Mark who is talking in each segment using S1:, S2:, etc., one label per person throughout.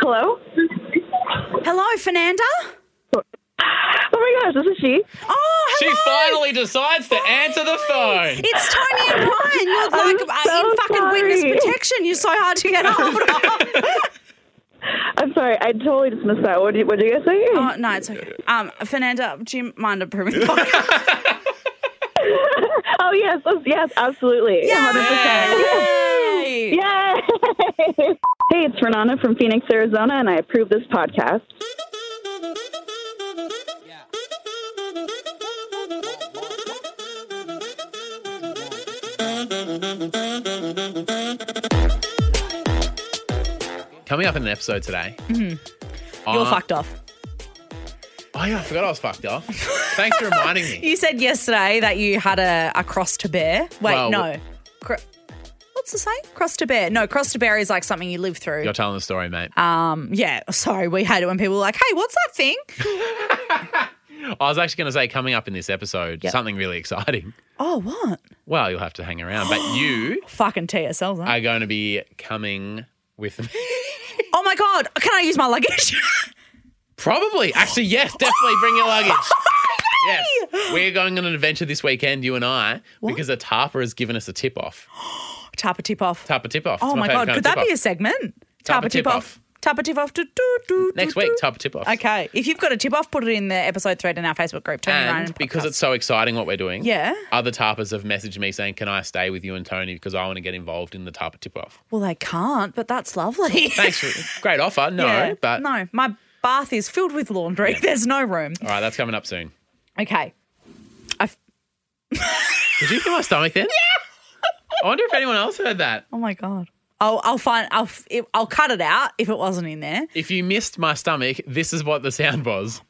S1: Hello?
S2: Hello, Fernanda.
S1: Oh my gosh, this is she.
S2: Oh, hello.
S3: She finally decides to answer the phone.
S2: It's Tony and Ryan. You're
S1: I'm
S2: like uh,
S1: so
S2: in fucking
S1: sorry.
S2: witness protection. You're so hard to get hold of.
S1: I'm sorry, I totally dismissed that. What did you, what did you guys say?
S2: oh, no, it's okay. Um, Fernanda, do you mind approving? yeah.
S1: oh, yes, oh, yes, absolutely. 100%.
S2: Yay.
S1: Yay! hey, it's Renana from Phoenix, Arizona, and I approve this podcast.
S3: Coming up in an episode today.
S2: Mm-hmm. You're
S3: I-
S2: fucked off.
S3: Oh, yeah, I forgot I was fucked off. Thanks for reminding me.
S2: You said yesterday that you had a, a cross to bear. Wait,
S3: Well,
S2: no. Cro- What's the say? Cross to bear. No, cross to bear is like something you live through.
S3: You're telling the story, mate.
S2: Um, yeah, sorry, we hate it when people are like, "Hey, what's that thing?"
S3: I was actually going to say, coming up in this episode,
S2: Yep.
S3: something really exciting.
S2: oh, what?
S3: Well, you'll have to hang around, but you
S2: Fucking TSL. Huh?
S3: are going to be coming with me.
S2: oh my god, can I use my luggage?
S3: Probably. Actually, yes, definitely bring your luggage. Yes. We're going on an adventure this weekend, you and I, because a tarpa has given us a tip off.
S2: Tapa tip off.
S3: Tarpa tip off.
S2: oh my god, could that be a segment? Tapa
S3: Tapa tip
S2: tip off. Tapa tip off. Do, do, do,
S3: Next
S2: do,
S3: week,
S2: do.
S3: tarpa tip off.
S2: Okay, if you've got a tip off, put it in the episode thread in our Facebook group. Tony Ryan
S3: And because
S2: Podcast.
S3: it's so exciting what we're doing,
S2: Yeah.
S3: other tarpers have messaged me saying, Can I stay with you and Tony? Because I want to get involved in the tarpa tip off.
S2: well, they can't, but that's lovely.
S3: Thanks for great offer. No,
S2: Yeah.
S3: but all
S2: no, my bath is filled with laundry. There's no room.
S3: right, that's coming up soon.
S2: Okay. I f-
S3: Did you hear my stomach then? Yeah. I wonder if anyone else heard that.
S2: oh my god. I'll I'll find I'll f- it, I'll cut it out if it wasn't in there.
S3: If you missed my stomach, this is what the sound was.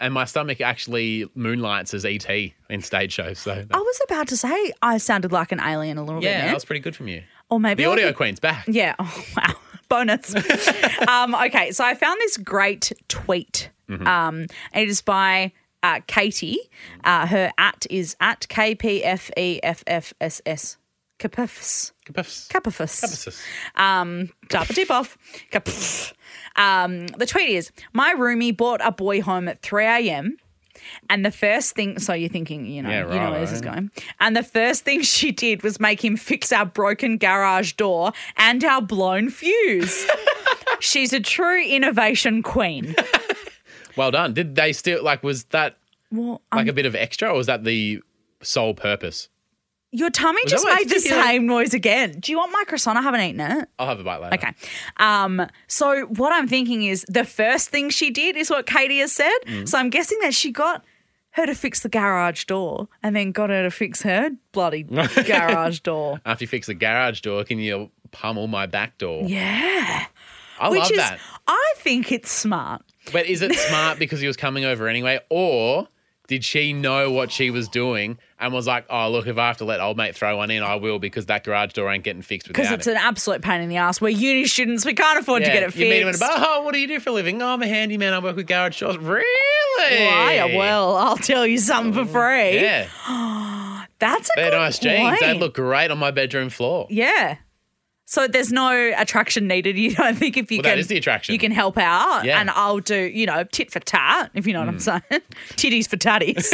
S3: And my stomach actually moonlights as ET in stage shows. So
S2: I was about to say I sounded like an alien a little
S3: yeah,
S2: bit.
S3: that
S2: there.
S3: was pretty good from you.
S2: or maybe
S3: The
S2: like
S3: audio
S2: a-
S3: queen's back.
S2: Yeah. Oh, wow. Bonus. um, okay, so I found this great tweet. Um, it is by uh, Katie. Uh, her at is at E KPFEFFSS. Kapufs.
S3: Kapuffs.
S2: Kapufus.
S3: Kapuffs.
S2: Um, tap a tip off. Kapuf. Um, the tweet is My roomie bought a boy home at 3 a.m. And the first thing, so you're thinking, you know,
S3: Yeah,
S2: you know where
S3: right.
S2: this is going. And the first thing she did was make him fix our broken garage door and our blown fuse. She's a true innovation queen.
S3: Well done. Did they still like? Was that
S2: Well,
S3: like
S2: um,
S3: a bit of extra, or was that the sole purpose?
S2: your tummy
S3: Was that
S2: just
S3: what
S2: made the
S3: it's doing?
S2: same noise again. Do you want my croissant? I haven't eaten it.
S3: I'll have a bite later.
S2: Okay. Um, so what I'm thinking is the first thing she did is what Katie has said. So I'm guessing that she got her to fix the garage door and then got her to fix her bloody garage door.
S3: After you fix the garage door, can you pummel my back door?
S2: Yeah.
S3: I
S2: Which
S3: love
S2: is
S3: that.
S2: I think it's smart.
S3: But is it smart because he was coming over anyway, or did she know what she was doing and was like, "Oh, look, if I have to let old mate throw one in, I will because that garage door ain't getting fixed
S2: Because
S3: without
S2: it's
S3: it."
S2: an absolute pain in the ass. We're uni students, we can't afford to get it fixed.
S3: You meet him in a bar. Oh, what do you do for a living? Oh, I'm a handyman. I work with garage doors. Really?
S2: Liar. Oh, Well, eh? I'll tell you something for free.
S3: yeah,
S2: That's a
S3: they're
S2: good
S3: nice jeans. They'd
S2: point.
S3: look great on my bedroom floor.
S2: Yeah. So there's no attraction needed. You don't think if you
S3: Well, that
S2: can,
S3: is the attraction.
S2: You can help out,
S3: Yeah. Hmm.
S2: and I'll do you know tit for tat if you know what I'm saying. Titties for tatties.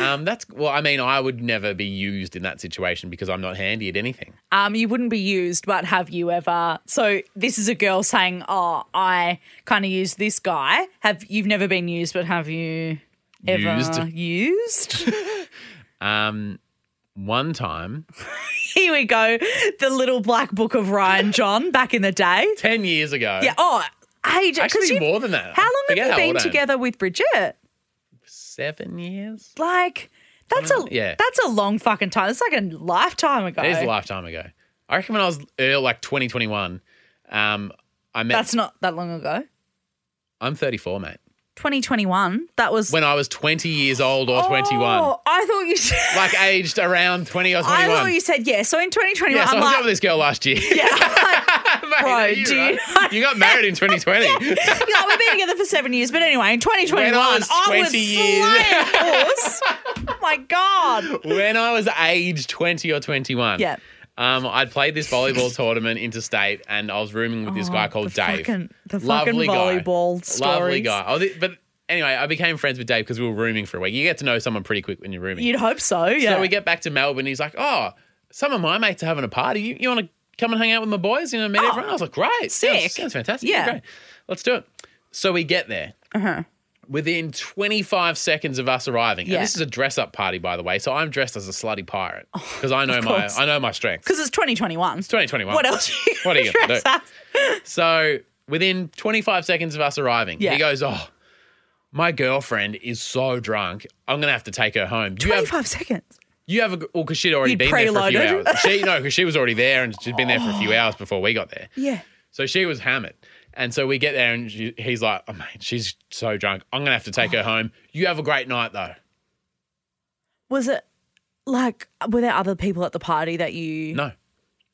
S3: Um, that's well. I mean, I would never be used in that situation because I'm not handy at anything.
S2: um, you wouldn't be used, but have you ever? So this is a girl saying, "Oh, I kind of used this guy. Have you've never been used, but have you ever used?"
S3: Um, one time,
S2: Here we go. The little black book of Ryan John back in the day.
S3: ten years ago.
S2: Yeah. Oh, age. 'cause
S3: Actually,
S2: you've-
S3: more than that.
S2: How long have
S3: Forget
S2: you
S3: how old
S2: been
S3: I am.
S2: together with Bridget?
S3: Seven years.
S2: Like that's a
S3: yeah.
S2: that's a long fucking time. It's like a lifetime ago.
S3: It is a lifetime ago. I reckon when I was early, like 2021, um, I met.
S2: That's not that long ago.
S3: I'm 34, mate.
S2: 2021. That was
S3: When I was 20 years old or 21,
S2: Oh, I thought you said.
S3: like aged around 20 or 21.
S2: I thought you said yeah. So in 2021,
S3: yeah, so I
S2: I'm
S3: was
S2: like,
S3: with this girl last year.
S2: yeah, I'm
S3: Mate,
S2: bro,
S3: are you,
S2: do
S3: right?
S2: you-
S3: You got married in 2020.
S2: like, you're like, we've been together for seven years, but anyway, in 2021,
S3: When I was
S2: I was
S3: 20 years.
S2: slaying horse. oh my god.
S3: when I was age 20 or 21.
S2: Yeah.
S3: Um, I'd played this volleyball tournament interstate, and I was rooming with this guy
S2: Oh,
S3: called
S2: the
S3: Dave.
S2: fucking- the fucking
S3: Lovely guy.
S2: volleyball
S3: Lovely
S2: stories.
S3: guy. Oh, thi- but anyway, I became friends with Dave because we were rooming for a week. You get to know someone pretty quick when you're rooming.
S2: You'd hope so. Yeah.
S3: So we get back to Melbourne. He's like, "Oh, some of my mates are having a party. You, you want to come and hang out with my boys? You know, meet everyone." I was like, "Great,
S2: Oh, sick.
S3: Sounds, sounds fantastic.
S2: Yeah. Uh-huh.
S3: great. Let's do it." So we get there. Uh huh. Within 25 seconds of us arriving,
S2: Yeah.
S3: and this is a dress-up party, by the way. So I'm dressed as a slutty pirate because I know
S2: Oh, of
S3: my
S2: course.
S3: I know my strengths.
S2: Because it's 2021. It's
S3: 2021.
S2: What else? you
S3: What are you gonna
S2: dress
S3: do?
S2: up?
S3: So within 25 seconds of us arriving,
S2: Yeah.
S3: he goes, "Oh, my girlfriend is so drunk. I'm gonna have to take her home. Do you have
S2: 25 seconds.
S3: You have a well because she'd already
S2: You'd
S3: been there for a few
S2: preloaded.
S3: hours. She no, because she was already there and she'd been there for a few hours before we got there.
S2: Yeah.
S3: So she was hammered, and so we get there and she, he's like, "Oh man, she's so drunk. I'm gonna have to take her home. You have a great night though."
S2: Was it like, were there other people at the party that you.
S3: No,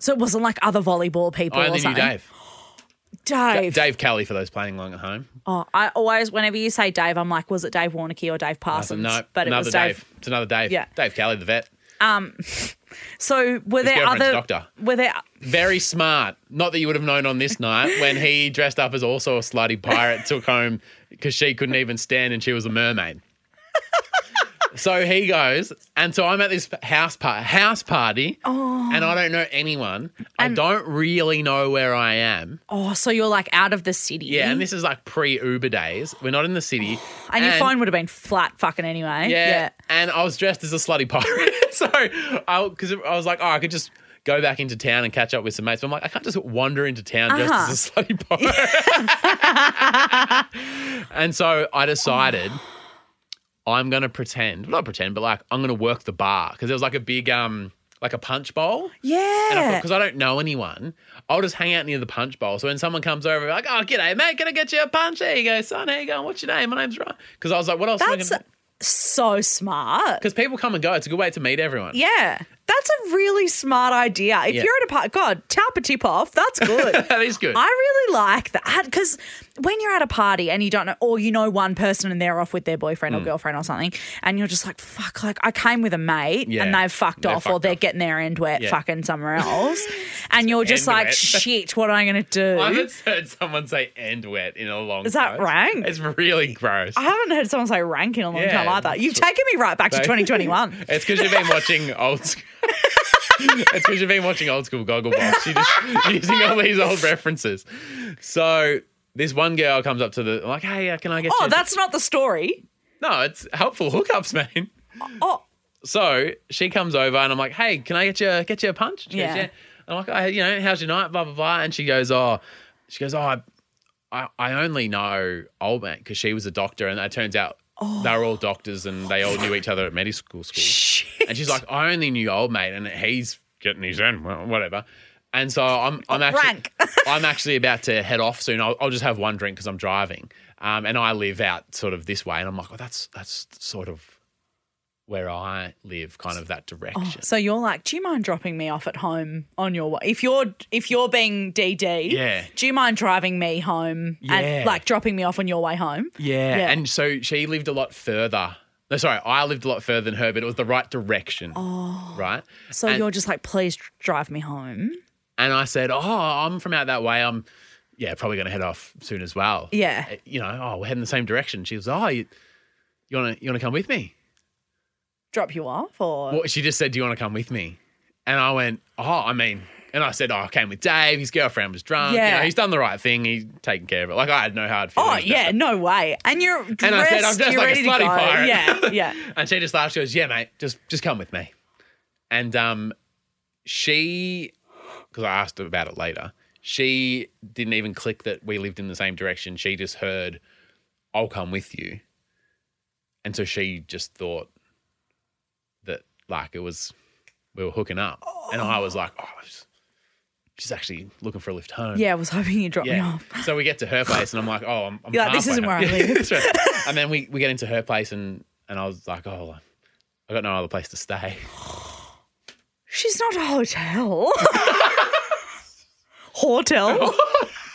S2: So it wasn't like other volleyball people
S3: I
S2: or
S3: only knew
S2: something?
S3: Dave.
S2: Dave.
S3: Dave Kelly for those playing along at home.
S2: Oh, I always, whenever you say Dave, I'm like, was it Dave Warnicky or Dave
S3: I said,
S2: Parsons?
S3: no,
S2: but it
S3: another
S2: was
S3: Dave.
S2: Dave.
S3: It's another Dave.
S2: Yeah.
S3: Dave Kelly, the vet,
S2: So were there
S3: girlfriend's
S2: other?
S3: doctor.
S2: Were there?
S3: very smart. Not that you would have known on this night when he dressed up as also a slutty pirate, took home because she couldn't even stand and she was a mermaid. So he goes, and so I'm at this house par- house party, and I don't know anyone. I don't really know where I am.
S2: Oh, so you're like out of the city.
S3: Yeah, and this is like pre Uber days. We're not in the city,
S2: Oh. And your phone would have been flat fucking anyway.
S3: Yeah, and I was dressed as a slutty pirate, so I because I was like, oh, I could just go back into town and catch up with some mates. But I'm like, I can't just wander into town
S2: Uh-huh.
S3: dressed as a slutty pirate. and so I decided. I'm gonna pretend, not pretend, but like I'm gonna work the bar because there was like a big, um, like a punch bowl.
S2: Yeah.
S3: And I thought, because I don't know anyone, I'll just hang out near the punch bowl. So when someone comes over, like, oh, g'day, mate, can I get you a punch? There you go, son. How you going? What's your name? My name's Ryan. Because I was like, what else? am I
S2: That's
S3: gonna do?
S2: so smart.
S3: Because people come and go. It's a good way to meet everyone.
S2: Yeah. That's a really smart idea. If
S3: Yeah.
S2: you're at a party, God, tap a tip off. That's good.
S3: That is good.
S2: I really like that because when you're at a party and you don't know, or you know one person and they're off with their boyfriend
S3: Mm.
S2: or girlfriend or something, and you're just like, fuck, like I came with a mate
S3: Yeah.
S2: and they've fucked
S3: They're
S2: off or
S3: fucked
S2: they're
S3: off.
S2: getting their end wet
S3: Yeah.
S2: fucking somewhere else. and you're just
S3: End
S2: like,
S3: wet.
S2: shit, what am I going to do?
S3: I haven't heard someone say end wet in a long time.
S2: Is that rank?
S3: It's really gross.
S2: I haven't heard someone say rank in a long
S3: Yeah.
S2: time either. You've taken me right back to 2021.
S3: It's because you've been watching old school. it's because you've been watching old school Gogglebox. You're just using all these old references. So this one girl comes up to the, like, hey, uh, can I get
S2: Oh,
S3: you?
S2: that's not the story.
S3: No, it's helpful hookups, man.
S2: Oh,
S3: So she comes over and I'm like, hey, can I get you get you a punch? She
S2: Yeah.
S3: Goes, yeah. I'm like, oh, you know, how's your night? Blah blah blah. And she goes, oh, she goes, oh, I, I, I only know old man because she was a doctor, and it turns out they were all doctors and they all knew each other at medical school.
S2: shit.
S3: And she's like, I only knew old mate, and he's getting his own, well, whatever. And so I'm, I'm actually,
S2: Oh, Rank.
S3: I'm actually about to head off soon. I'll, I'll just have one drink because I'm driving, um, and I live out sort of this way. And I'm like, well, that's that's sort of where I live, kind of that direction.
S2: So you're like, do you mind dropping me off at home on your way? If you're if you're being DD,
S3: Yeah.
S2: do you mind driving me home
S3: Yeah.
S2: and like dropping me off on your way home?
S3: yeah.
S2: Yeah.
S3: and so she lived a lot further. No, sorry, I lived a lot further than her, but it was the right direction. Oh, right.
S2: So
S3: And-
S2: you're just like, please dr- drive me home.
S3: And I said, Oh, I'm from out that way. I'm, yeah, probably going to head off soon as well.
S2: Yeah.
S3: Uh, You know, oh, we're heading the same direction. She was, Oh, you, you want to you wanna come with me?
S2: Drop you off or
S3: Well, she just said, Do you want to come with me? And I went, Oh, I mean, and I said, Oh, I came with Dave. His girlfriend was drunk. You
S2: Yeah.
S3: know, he's done the right thing. He's taken care of it. Like, I had no hard
S2: Oh
S3: feelings. about
S2: yeah,
S3: it.
S2: no way. And you're dressed,
S3: I said, "I'm dressed
S2: you're
S3: like a
S2: ready to
S3: slutty
S2: go.
S3: pirate.
S2: Yeah, yeah.
S3: And she just laughed. She goes, "Yeah, mate, just just come with me." And um, she, because I asked her about it later, she didn't even click that we lived in the same direction. She just heard, "I'll come with you," and so she just thought that like it was we were hooking up, and I was like, "Oh, she's- she's actually looking for a lift home."
S2: Yeah, I was hoping you'd drop me
S3: Yeah.
S2: off.
S3: So we get to her place, and I'm like, oh, I'm, I'm
S2: You're like, this
S3: halfway
S2: isn't
S3: home.
S2: where I
S3: Yeah,
S2: live.
S3: that's right. And then we, we get into her place, and, and I was like, oh, I got no other place to stay.
S2: She's not a hotel. Hotel.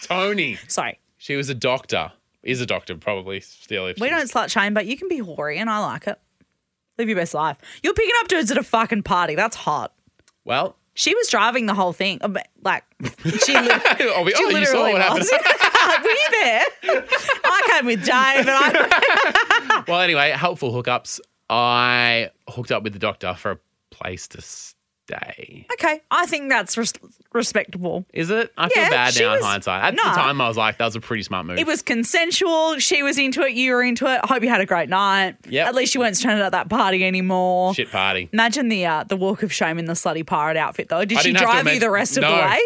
S3: Tony,
S2: Sorry.
S3: she was a doctor, is a doctor probably still. If
S2: We
S3: she's-
S2: don't slut shame, but you can be hoary, and I like it. Live your best life. You're picking up dudes at a fucking party. That's hot.
S3: Well,
S2: She was driving the whole thing. Uh, but, Like, she, li-
S3: Oh, we-
S2: she
S3: oh, you saw
S2: literally
S3: what happened.
S2: was. Were you there? I came with Jay, but I.
S3: Well, anyway, helpful hookups. I hooked up with the doctor for a place to stay.
S2: Okay, I think that's res- respectable.
S3: Is it? I feel
S2: Yeah,
S3: bad
S2: she
S3: now in
S2: was-
S3: hindsight. At
S2: Nah.
S3: the time, I was like, that was a pretty smart move.
S2: It was consensual. She was into it. You were into it. I hope you had a great night.
S3: Yep.
S2: At least you weren't stranded at that party anymore.
S3: Shit party.
S2: Imagine the uh, the walk of shame in the slutty pirate outfit, though. Did
S3: I
S2: she
S3: didn't have to
S2: drive you
S3: imagine-
S2: the rest of the
S3: No.
S2: way?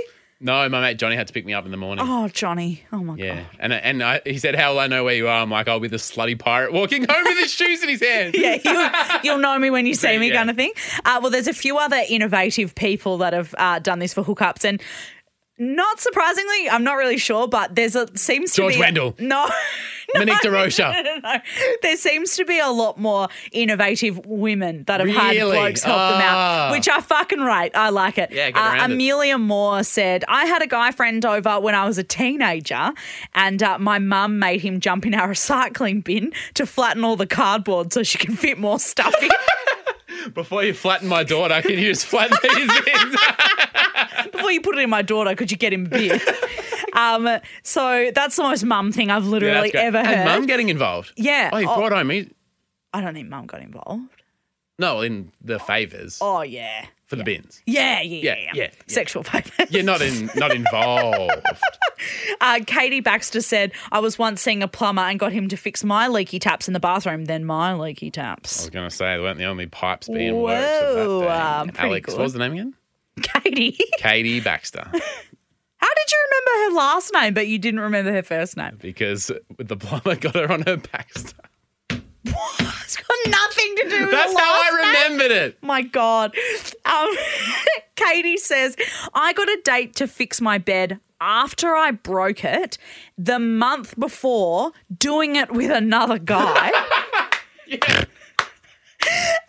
S3: No, my mate Johnny had to pick me up in the morning.
S2: Oh, Johnny. Oh, my
S3: Yeah,
S2: God.
S3: and and I, he said, "How will I know where you are?" I'm like, "I'll be the slutty pirate walking home with his shoes in his hand."
S2: Yeah, you'll, you'll know me when you see me,
S3: Yeah.
S2: kind of thing. Uh, well, there's a few other innovative people that have uh, done this for hookups, and not surprisingly, I'm not really sure, but there's a seems to
S3: George
S2: be
S3: Wendell.
S2: No,
S3: Monique DeRocha.
S2: no, no. There seems to be a lot more innovative women that have had
S3: Really?
S2: blokes help them out,
S3: Ah.
S2: which I fucking rate. I like it. Uh,
S3: Yeah, get around it.
S2: Amelia Moore said, I had a guy friend over when I was a teenager, and uh, my mum made him jump in our recycling bin to flatten all the cardboard so she can fit more stuff in.
S3: Before you flatten my daughter, can you just flatten these in?
S2: Before you put it in my daughter, could you get him a beer? um, so that's the most mum thing I've literally ever heard.
S3: And mum getting involved.
S2: Yeah.
S3: Oh, he
S2: Oh.
S3: brought home. He,
S2: I don't think mum got involved.
S3: no, in the favors
S2: Oh, yeah.
S3: for the bins.
S2: Yeah, yeah, yeah,
S3: Yeah,
S2: yeah.
S3: yeah, yeah.
S2: Sexual favor.
S3: Yeah, not in, not involved.
S2: Uh, Katie Baxter said, I was once seeing a plumber and got him to fix my leaky taps in the bathroom, then my leaky
S3: I
S2: taps.
S3: was gonna say they weren't the only pipes being
S2: Whoa,
S3: worked. at that day.
S2: um, pretty
S3: Alex,
S2: good.
S3: what was the name again?
S2: Katie,
S3: Katie Baxter,
S2: how did you remember her last name, but you didn't remember her first name?
S3: because the plumber got her on her Baxter.
S2: It's got nothing to do with
S3: That's
S2: her
S3: how
S2: last name.
S3: I remembered it.
S2: My God. Um, Katie says, I got a date to fix my bed after I broke it the month before doing it with another guy.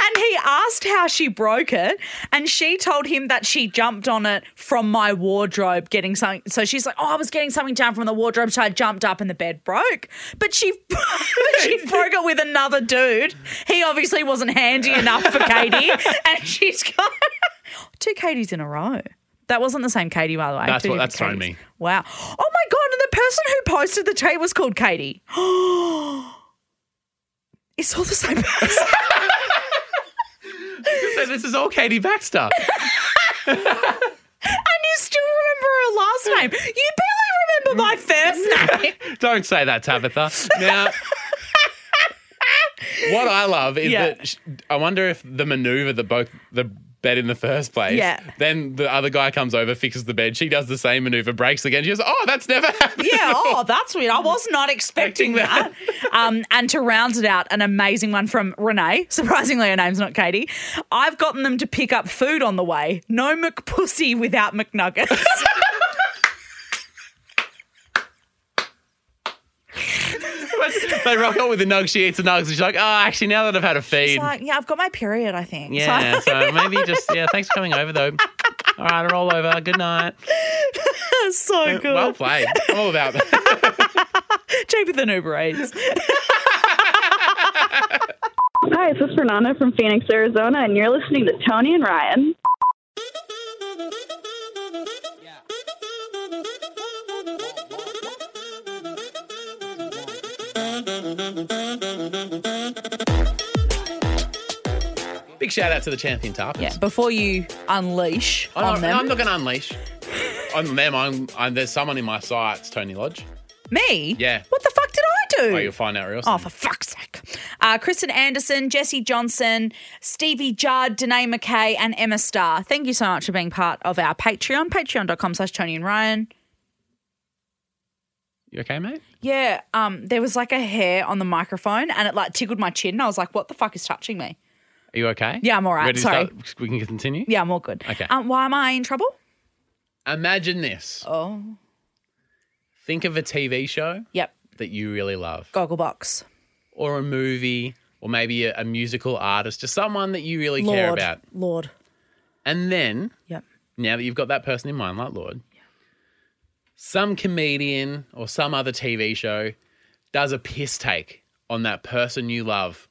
S2: And he asked how she broke it, and she told him that she jumped on it from my wardrobe getting something. So she's like, "Oh, I was getting something down from the wardrobe, so I jumped up and the bed broke." But she, but she broke it with another dude. He obviously wasn't handy enough for Katie, and she's got two Katies in a row. That wasn't the same Katie, by the way.
S3: That's
S2: Two
S3: what-
S2: different
S3: that's thrown
S2: Katies.
S3: me.
S2: Wow. Oh my god! And the person who posted the tweet was called Katie. it's all the same person.
S3: So this is all Katie Baxter.
S2: And you still remember her last name. You barely remember my
S3: Mm.
S2: first name.
S3: Don't say that, Tabitha. Now, what I love is
S2: Yeah.
S3: that sh- I wonder if the maneuver that both the bed in the first place,
S2: Yeah.
S3: then the other guy comes over, fixes the bed, she does the same maneuver, breaks again. She goes, "Oh, that's never happened."
S2: Yeah, oh, that's weird. I was not expecting that.
S3: Expecting
S2: Um, and to round it out, an amazing one from Renee. Surprisingly, her name's not Katie. I've gotten them to pick up food on the way. No McPussy without McNuggets.
S3: they rock on with the nugs. She eats the nugs, and she's like, "Oh, actually, now that I've had a feed,
S2: It's like, yeah, I've got my period, I think. So-
S3: yeah." So maybe just yeah. Thanks for coming over, though. All right, roll over. Good night.
S2: so good.
S3: Oh, Well played. I'm all about that.
S2: Cheaper than Uber Eats.
S1: Hi, this is Fernanda from Phoenix, Arizona, and you're listening to Tony and Ryan.
S3: Big shout out to the champion tarpons.
S2: Yeah, before you unleash
S3: I'm
S2: on
S3: not,
S2: them.
S3: Oh, I'm not going to unleash on them. I'm, I'm there's someone in my sights, Tony Lodge.
S2: Me?
S3: Yeah.
S2: What the fuck did I do?
S3: Oh, you'll find out real soon.
S2: Oh, for fuck's sake. Uh, Kristen Anderson, Jesse Johnson, Stevie Judd, Danae McKay, and Emma Starr. Thank you so much for being part of our Patreon, patreon.com slash Tony and Ryan.
S3: You okay, mate?
S2: Yeah, um, there was like a hair on the microphone and it like tickled my chin. And I was like, what the fuck is touching me?
S3: Are you okay?
S2: Yeah, I'm all right.
S3: Ready to
S2: Sorry.
S3: start? We can continue.
S2: Yeah, I'm all good.
S3: Okay.
S2: Um, why am I in trouble?
S3: Imagine this.
S2: Oh.
S3: Think of a TV show
S2: Yep.
S3: that you really love,
S2: Gogglebox.
S3: or a movie, or maybe a, a musical artist, just someone that you really
S2: Lord.
S3: care about.
S2: Lord.
S3: And then,
S2: Yep.
S3: now that you've got that person in mind, like Lord, some comedian or some other TV show does a piss take on that person you love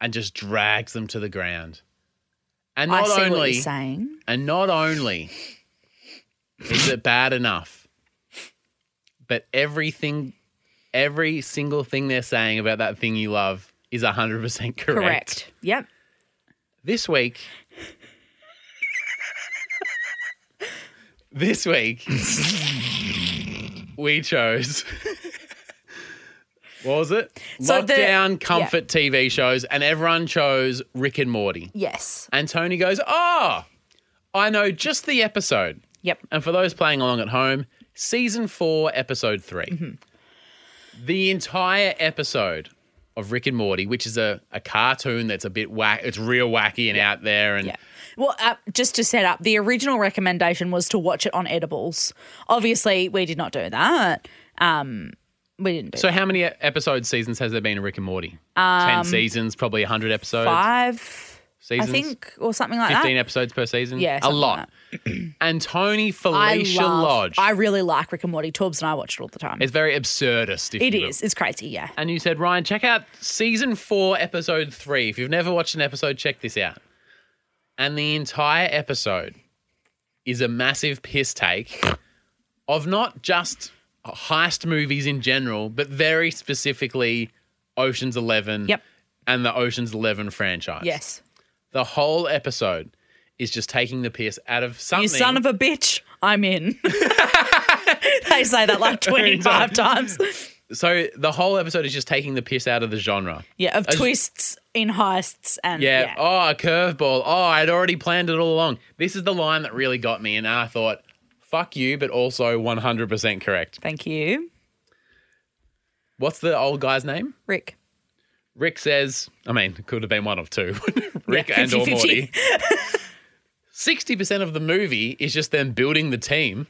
S3: and just drags them to the ground. And
S2: I
S3: not
S2: see what
S3: only
S2: you're saying.
S3: and not only is it bad enough, but everything every single thing they're saying about that thing you love is 100% correct.
S2: Correct. Yep.
S3: This week This week we chose What was it?
S2: So the-
S3: Lockdown
S2: yeah.
S3: comfort TV shows and everyone chose Rick and Morty.
S2: Yes.
S3: And Tony goes, "Oh, I know just the episode."
S2: Yep.
S3: And for those playing along at home, season four, episode 3
S2: Mm-hmm.
S3: The entire episode of Rick and Morty, which is a, a cartoon that's a bit whack, it's real wacky and out there. And
S2: Yeah. Well, uh, just to set up, the original recommendation was to watch it on edibles. Obviously, we did not do that. Um, we didn't do
S3: so, how many e- episodes, seasons has there been of Rick and Morty? 10 seasons, probably 100 episodes.
S2: five, I
S3: seasons,
S2: Um, think, or something like
S3: 15
S2: that.
S3: episodes per season.
S2: Yeah,
S3: a
S2: something
S3: lot. and Tony Felicia
S2: I love,
S3: Lodge.
S2: I really like Rick and Morty. Torbs and I watch it all the time.
S3: it's very absurdist. If
S2: It
S3: you will.
S2: is. It's crazy. Yeah.
S3: and you said, Ryan, check out season four, episode three. If you've never watched an episode, check this out. And the entire episode is a massive piss take of not just heist movies in general, but very specifically Ocean's Eleven
S2: Yep.
S3: and the Ocean's Eleven franchise.
S2: Yes.
S3: The whole episode is just taking the piss out of something.
S2: You son of a bitch. I'm in. they say that like 25 times.
S3: so the whole episode is just taking the piss out of the genre.
S2: Yeah, of
S3: As-
S2: twists in heists and
S3: Yeah.
S2: yeah.
S3: Oh, a curveball. Oh, I'd already planned it all along. This is the line that really got me, and I thought, "Fuck you," but also 100% correct.
S2: Thank you,
S3: What's the old guy's name?
S2: Rick.
S3: Rick says. I mean, it could have been one of two, Rick and or
S2: 50-50.
S3: Morty. Sixty percent of the movie is just them building the team,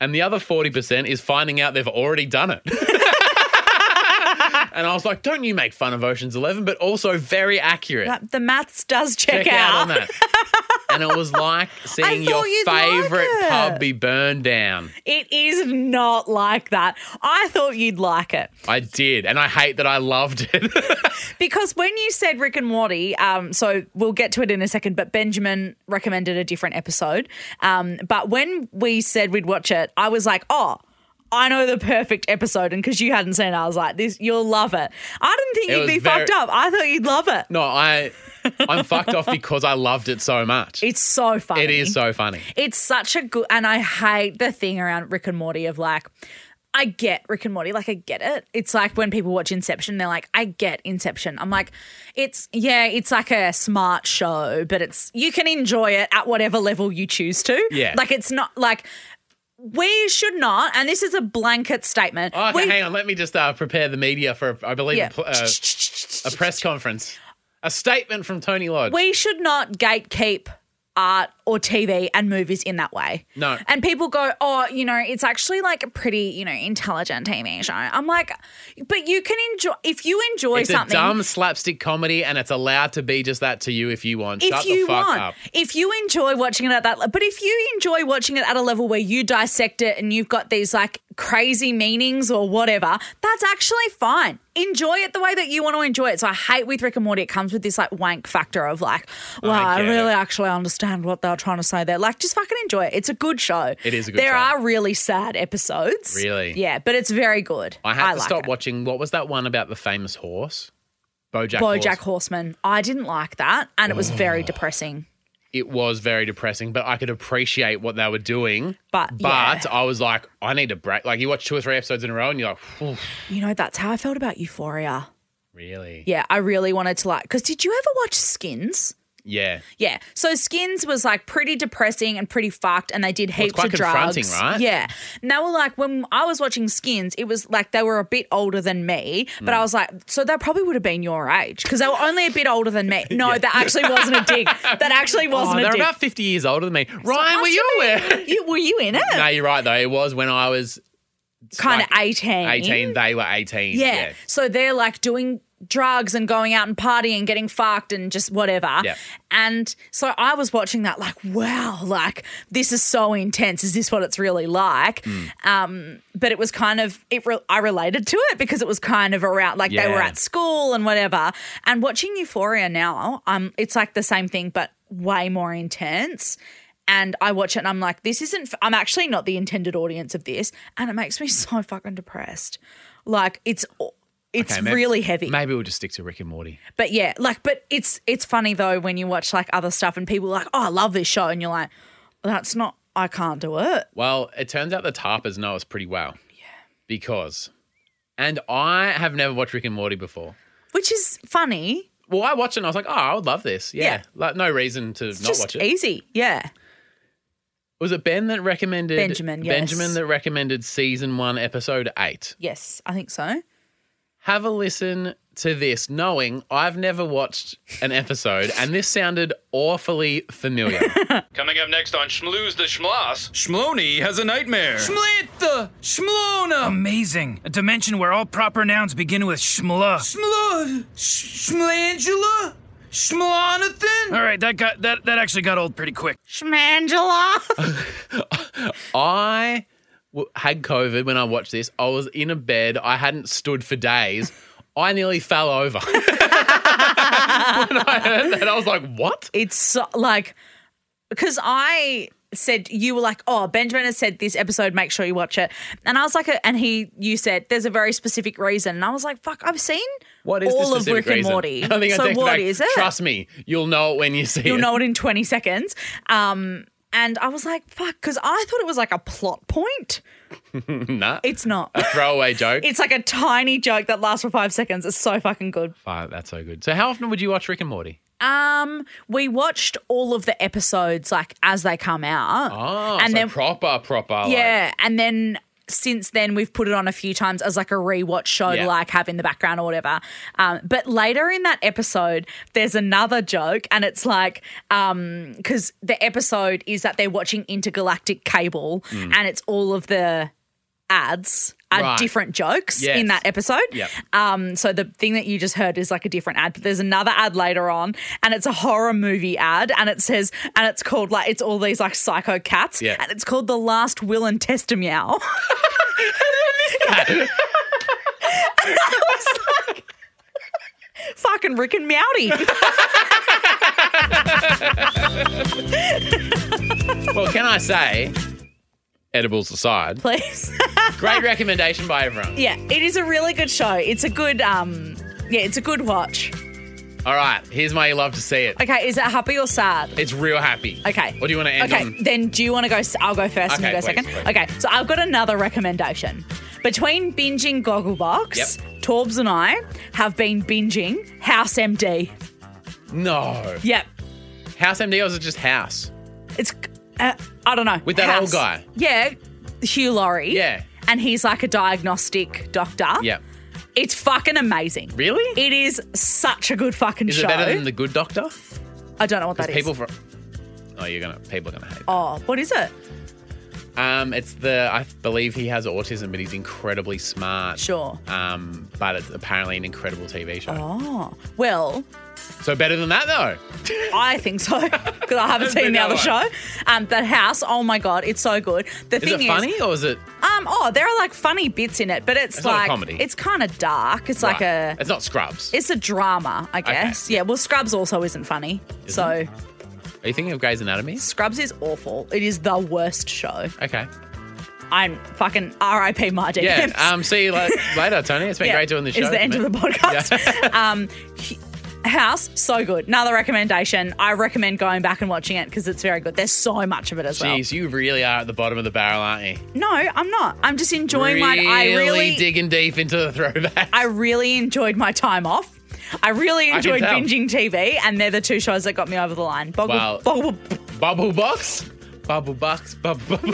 S3: and the other forty percent is finding out they've already done it. and I was like, "Don't you make fun of Ocean's Eleven, but also very accurate."
S2: That- Uh, the maths does check,
S3: check out. on that. and it was like seeing your
S2: thought you'd like
S3: favorite
S2: it.
S3: pub be burned down.
S2: It is not like that. I thought you'd like it
S3: I did, and I hate that I loved it.
S2: because when you said Rick and Morty, um, so we'll get to it in a second. But Benjamin recommended a different episode. Um, but when we said we'd watch it, I was like, oh. I know the perfect episode, and because you hadn't seen it, I was like, "This, you'll love it." I didn't think
S3: It
S2: you'd
S3: was
S2: be
S3: very-
S2: fucked up. I thought you'd love it.
S3: no, I I'm fucked off because I loved it so much.
S2: It's so funny.
S3: It is so funny.
S2: It's such a good, and I hate the thing around Rick and Morty of like, I get Rick and Morty, like I get it. It's like when people watch Inception, they're like, I get Inception. I'm like, it's yeah, it's like a smart show, but it's you can enjoy it at whatever level you choose to.
S3: Yeah.
S2: like it's not like we should not, and this is a blanket statement.
S3: Oh, okay,
S2: we,
S3: hang on. Let me just uh, prepare the media for, I believe,
S2: Yeah.
S3: a, pl- uh, a press conference. A statement from Tony Lodge.
S2: we should not gatekeep art or TV and movies in that way.
S3: No.
S2: And people go, oh, you know, it's actually like a pretty, you know, intelligent TV show. I'm like, but you can enjoy, if you enjoy
S3: it's
S2: something.
S3: a dumb slapstick comedy, and it's allowed to be just that to you if you want.
S2: if
S3: Shut
S2: you
S3: the fuck
S2: want,
S3: up.
S2: if you enjoy watching it at that, le- but if you enjoy watching it at a level where you dissect it and you've got these like crazy meanings or whatever, that's actually fine. Enjoy it the way that you want to enjoy it. So I hate with Rick and Morty, it comes with this like wank factor of like, well, I,
S3: get
S2: really
S3: it.
S2: actually understand what they're trying to say there. Like, just fucking enjoy it. It's a good show.
S3: It is a good
S2: there
S3: show.
S2: are really sad episodes.
S3: Really?
S2: Yeah, but it's very good.
S3: I had to
S2: like
S3: stop
S2: it.
S3: watching. What was that one about the famous horse? BoJack.
S2: BoJack
S3: Horse.
S2: Horseman. I didn't like that, and it was very depressing.
S3: It was very depressing, but I could appreciate what they were doing.
S2: But,
S3: but
S2: yeah.
S3: I was like, I need a break. Like you watch two or three episodes in a row, and you're like, "Phew,
S2: You know, that's how I felt about Euphoria.
S3: really?
S2: Yeah, I really wanted to like because did you ever watch Skins?
S3: Yeah.
S2: Yeah, so Skins was like pretty depressing and pretty fucked, and they did heaps
S3: quite
S2: of drugs.
S3: confronting, right?
S2: Yeah, and they were like when I was watching Skins, it was like they were a bit older than me, but
S3: Mm.
S2: I was like, so they probably would have been your age because they were only a bit older than me. No, that actually wasn't a dig. That actually
S3: Oh,
S2: wasn't a
S3: they're
S2: dig.
S3: about fifty years older than me. Ryan, were
S2: must
S3: you
S2: have
S3: aware?
S2: You- were you in it?
S3: no, you're right though. It was when I was
S2: kind of
S3: like
S2: eighteen.
S3: eighteen. They were eighteen.
S2: Yeah. So they're like doing drugs and going out and partying, getting fucked and just whatever.
S3: Yeah.
S2: And so I was watching that like, wow, like this is so intense. Is this what it's really like?
S3: Hmm.
S2: Um, but it was kind of it. Re- I related to it because it was kind of around like they were
S3: Yeah.
S2: at school and whatever. And watching Euphoria now, um, it's like the same thing, but way more intense. And I watch it and I'm like, this isn't, f- I'm actually not the intended audience of this. And it makes me so fucking depressed. Like, it's, it's
S3: Okay, maybe-
S2: really heavy.
S3: Maybe we'll just stick to Rick and Morty.
S2: But yeah, like, but it's it's funny though when you watch like other stuff and people are like, oh, I love this show, and you're like, that's not, I can't do it.
S3: Well, it turns out the Tarpers know us pretty well. Yeah. Because, and I have never watched Rick and Morty before.
S2: Which is funny.
S3: Well, I watched it and I was like, oh, I would love this. Yeah.
S2: Yeah.
S3: Like, no reason to
S2: It's
S3: not
S2: just
S3: watch it.
S2: easy. Yeah.
S3: Was it Ben that recommended
S2: Benjamin, yes.
S3: Benjamin that recommended season one, episode eight.
S2: Yes, I think so.
S3: Have a listen to this, knowing I've never watched an episode, and this sounded awfully familiar.
S4: Coming up next on Schmlooze the Schmloss.
S5: Shmloney has a nightmare.
S4: Schmlita! Schmlona!
S5: Amazing. A dimension where all proper nouns begin with shmla.
S4: Schmlo... Schmlangela? Schmlonathan?
S5: All right, that got that that actually got old pretty quick.
S2: Shmangela.
S3: I w- had COVID when I watched this. I was in a bed. I hadn't stood for days. I nearly fell over. when I heard that, I was like, what?
S2: it's so, like, because I said you were like, oh, Benjamin has said this episode, make sure you watch it, and I was like, "Uh," and he, you said there's a very specific reason, and I was like, fuck, I've seen
S3: What is the
S2: all of
S3: specific
S2: Rick and
S3: reason?
S2: Morty.
S3: I think I
S2: so
S3: texted
S2: what
S3: back,
S2: is it?
S3: Trust me, you'll know it when you see
S2: You'll
S3: it.
S2: know it in 20 seconds. Um, and I was like, fuck, because I thought it was like a plot point.
S3: nah,
S2: It's not.
S3: throwaway joke.
S2: it's like a tiny joke that lasts for five seconds. It's so fucking good.
S3: Fuck, that's so good. So, how often would you watch Rick and Morty?
S2: Um, we watched all of the episodes like as they come out.
S3: Oh,
S2: and
S3: so
S2: then
S3: proper, proper. like-
S2: Yeah. And then since then we've put it on a few times as like a rewatch show
S3: Yeah.
S2: to like have in the background or whatever. Um, but later in that episode, there's another joke and it's like um because the episode is that they're watching intergalactic cable and it's all of the ads are
S3: Hmm. Right.
S2: different jokes
S3: Yes.
S2: in that episode.
S3: Yep.
S2: Um, so the thing that you just heard is like a different ad, but there's another ad later on, and it's a horror movie ad, and it says, and it's called like it's all these like psycho cats,
S3: Yeah.
S2: and it's called the Last Will and Test Meow. Fucking Rick and Meowdy.
S3: Well, can I say, edibles aside,
S2: Please.
S3: great recommendation by everyone.
S2: yeah, it is a really good show. It's a good um yeah, it's a good watch.
S3: All right, here's my you love to see it.
S2: Okay, is it happy or sad?
S3: It's real happy.
S2: Okay.
S3: What do you want to end
S2: okay,
S3: on?
S2: then do you want to go? s- I'll go first and
S3: Okay,
S2: you go
S3: please,
S2: second.
S3: please.
S2: Okay, so I've got another recommendation. Between binging Gogglebox,
S3: Yep.
S2: Torbs and I have been binging House MD.
S3: No.
S2: Yep,
S3: House MD or is it just House?
S2: it's uh, I don't know
S3: With that
S2: House.
S3: old guy.
S2: Yeah, Hugh Laurie.
S3: Yeah.
S2: and he's like a diagnostic doctor.
S3: Yeah.
S2: it's fucking amazing.
S3: Really?
S2: It is such a good fucking
S3: Is
S2: show.
S3: it better than The Good Doctor?
S2: I don't know what that is.
S3: Because people from. Oh, you're gonna people are gonna hate.
S2: oh, what is it?
S3: Um, it's the I believe he has autism, but he's incredibly smart.
S2: Sure.
S3: Um, but it's apparently an incredible TV show.
S2: Oh, well,
S3: So better than that though.
S2: I think so because I haven't seen
S3: been
S2: the
S3: that
S2: other show.
S3: one.
S2: Um, that house, oh my god, it's so good. The
S3: Is
S2: thing
S3: it funny or is it
S2: um, oh, there are like funny bits in it, but it's,
S3: It's not a
S2: like
S3: comedy.
S2: it's kind of dark. It's like a
S3: Right. It's not Scrubs.
S2: it's a drama, I guess. Yeah. Well, Scrubs also isn't funny, so
S3: it? Are you thinking of Grey's Anatomy?
S2: Scrubs is awful. It is the worst show.
S3: Okay.
S2: I'm fucking R.I.P. My DMs.
S3: Yeah. Um. See you la- later, Tony. It's been
S2: Yeah,
S3: great doing this show.
S2: It's the end
S3: mate.
S2: of the podcast. um, he- House, so good. Another recommendation. I recommend going back and watching it because it's very good. There's so much of it as well.
S3: Jeez, you really are at the bottom of the barrel, aren't you?
S2: No, I'm not. I'm just enjoying my. I really,
S3: digging deep into the throwback.
S2: I really enjoyed my time off. I really
S3: I can
S2: enjoyed
S3: tell.
S2: binging TV, and they're the two shows that got me over the line. Boggle,
S3: Wow.
S2: Boggle,
S3: bubble box, bubble box, bubble. bubble.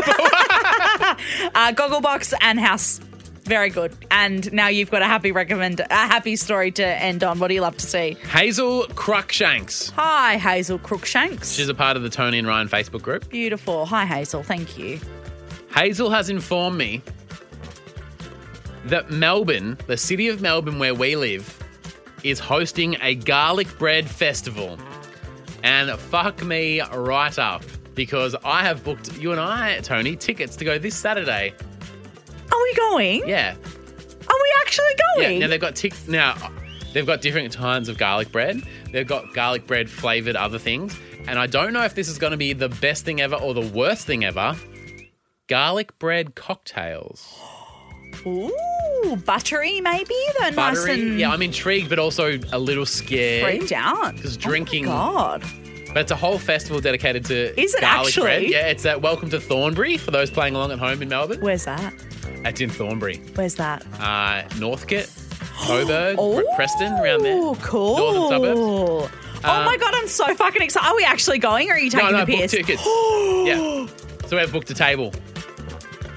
S2: uh, Gogglebox and House. Very good. And now you've got a happy recommend, a happy story to end on. What do you love to see?
S3: Hazel Cruckshanks.
S2: Hi, Hazel Crookshanks.
S3: She's a part of the Tony and Ryan Facebook group.
S2: Beautiful. Hi, Hazel. Thank you.
S3: Hazel has informed me that Melbourne, the city of Melbourne where we live, is hosting a garlic bread festival. And fuck me right up because I have booked you and I, Tony, tickets to go this Saturday.
S2: Are we going?
S3: Yeah.
S2: Are we actually
S3: Yeah.
S2: going?
S3: Now they've got tick. Now They've got different kinds of garlic bread. They've got garlic bread flavored other things. And I don't know if this is going to be the best thing ever or the worst thing ever. Garlic bread cocktails.
S2: Ooh, buttery maybe? Though nice and
S3: Yeah, I'm intrigued, but also a little scared.
S2: freaked out.
S3: Because drinking-
S2: Oh my God.
S3: But it's a whole festival dedicated to
S2: Is it
S3: garlic
S2: actually?
S3: bread. Yeah, it's at Welcome to Thornbury for those playing along at home in Melbourne.
S2: Where's that?
S3: It's in Thornbury.
S2: Where's that?
S3: Uh, Northcote, Coburg,
S2: Oh,
S3: Pre- Preston, around there.
S2: cool.
S3: Northern suburbs. Uh,
S2: oh my god, I'm so fucking excited. Are we actually going or are you taking
S3: No, no,
S2: the
S3: booked
S2: piss?
S3: tickets. yeah. So we've booked a table.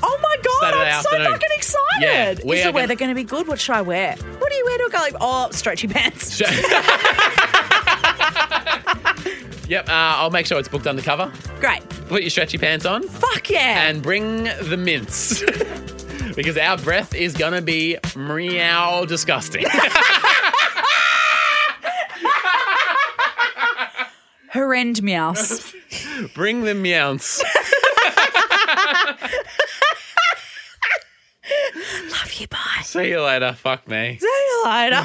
S2: Oh my god,
S3: Saturday
S2: I'm
S3: afternoon.
S2: so fucking excited.
S3: Yeah, we
S2: Is
S3: are
S2: the
S3: gonna-
S2: weather going to be good? What should I wear? What do you wear to a garlic? Oh, stretchy pants.
S3: Yep, uh, I'll make sure it's booked undercover.
S2: Great.
S3: Put your stretchy pants on
S2: Fuck yeah.
S3: and bring the mints. because our breath is going to be meow disgusting.
S2: Horrend mouse.
S3: bring the meows.
S2: Love you, bye.
S3: See you later. Fuck me.
S2: See you later.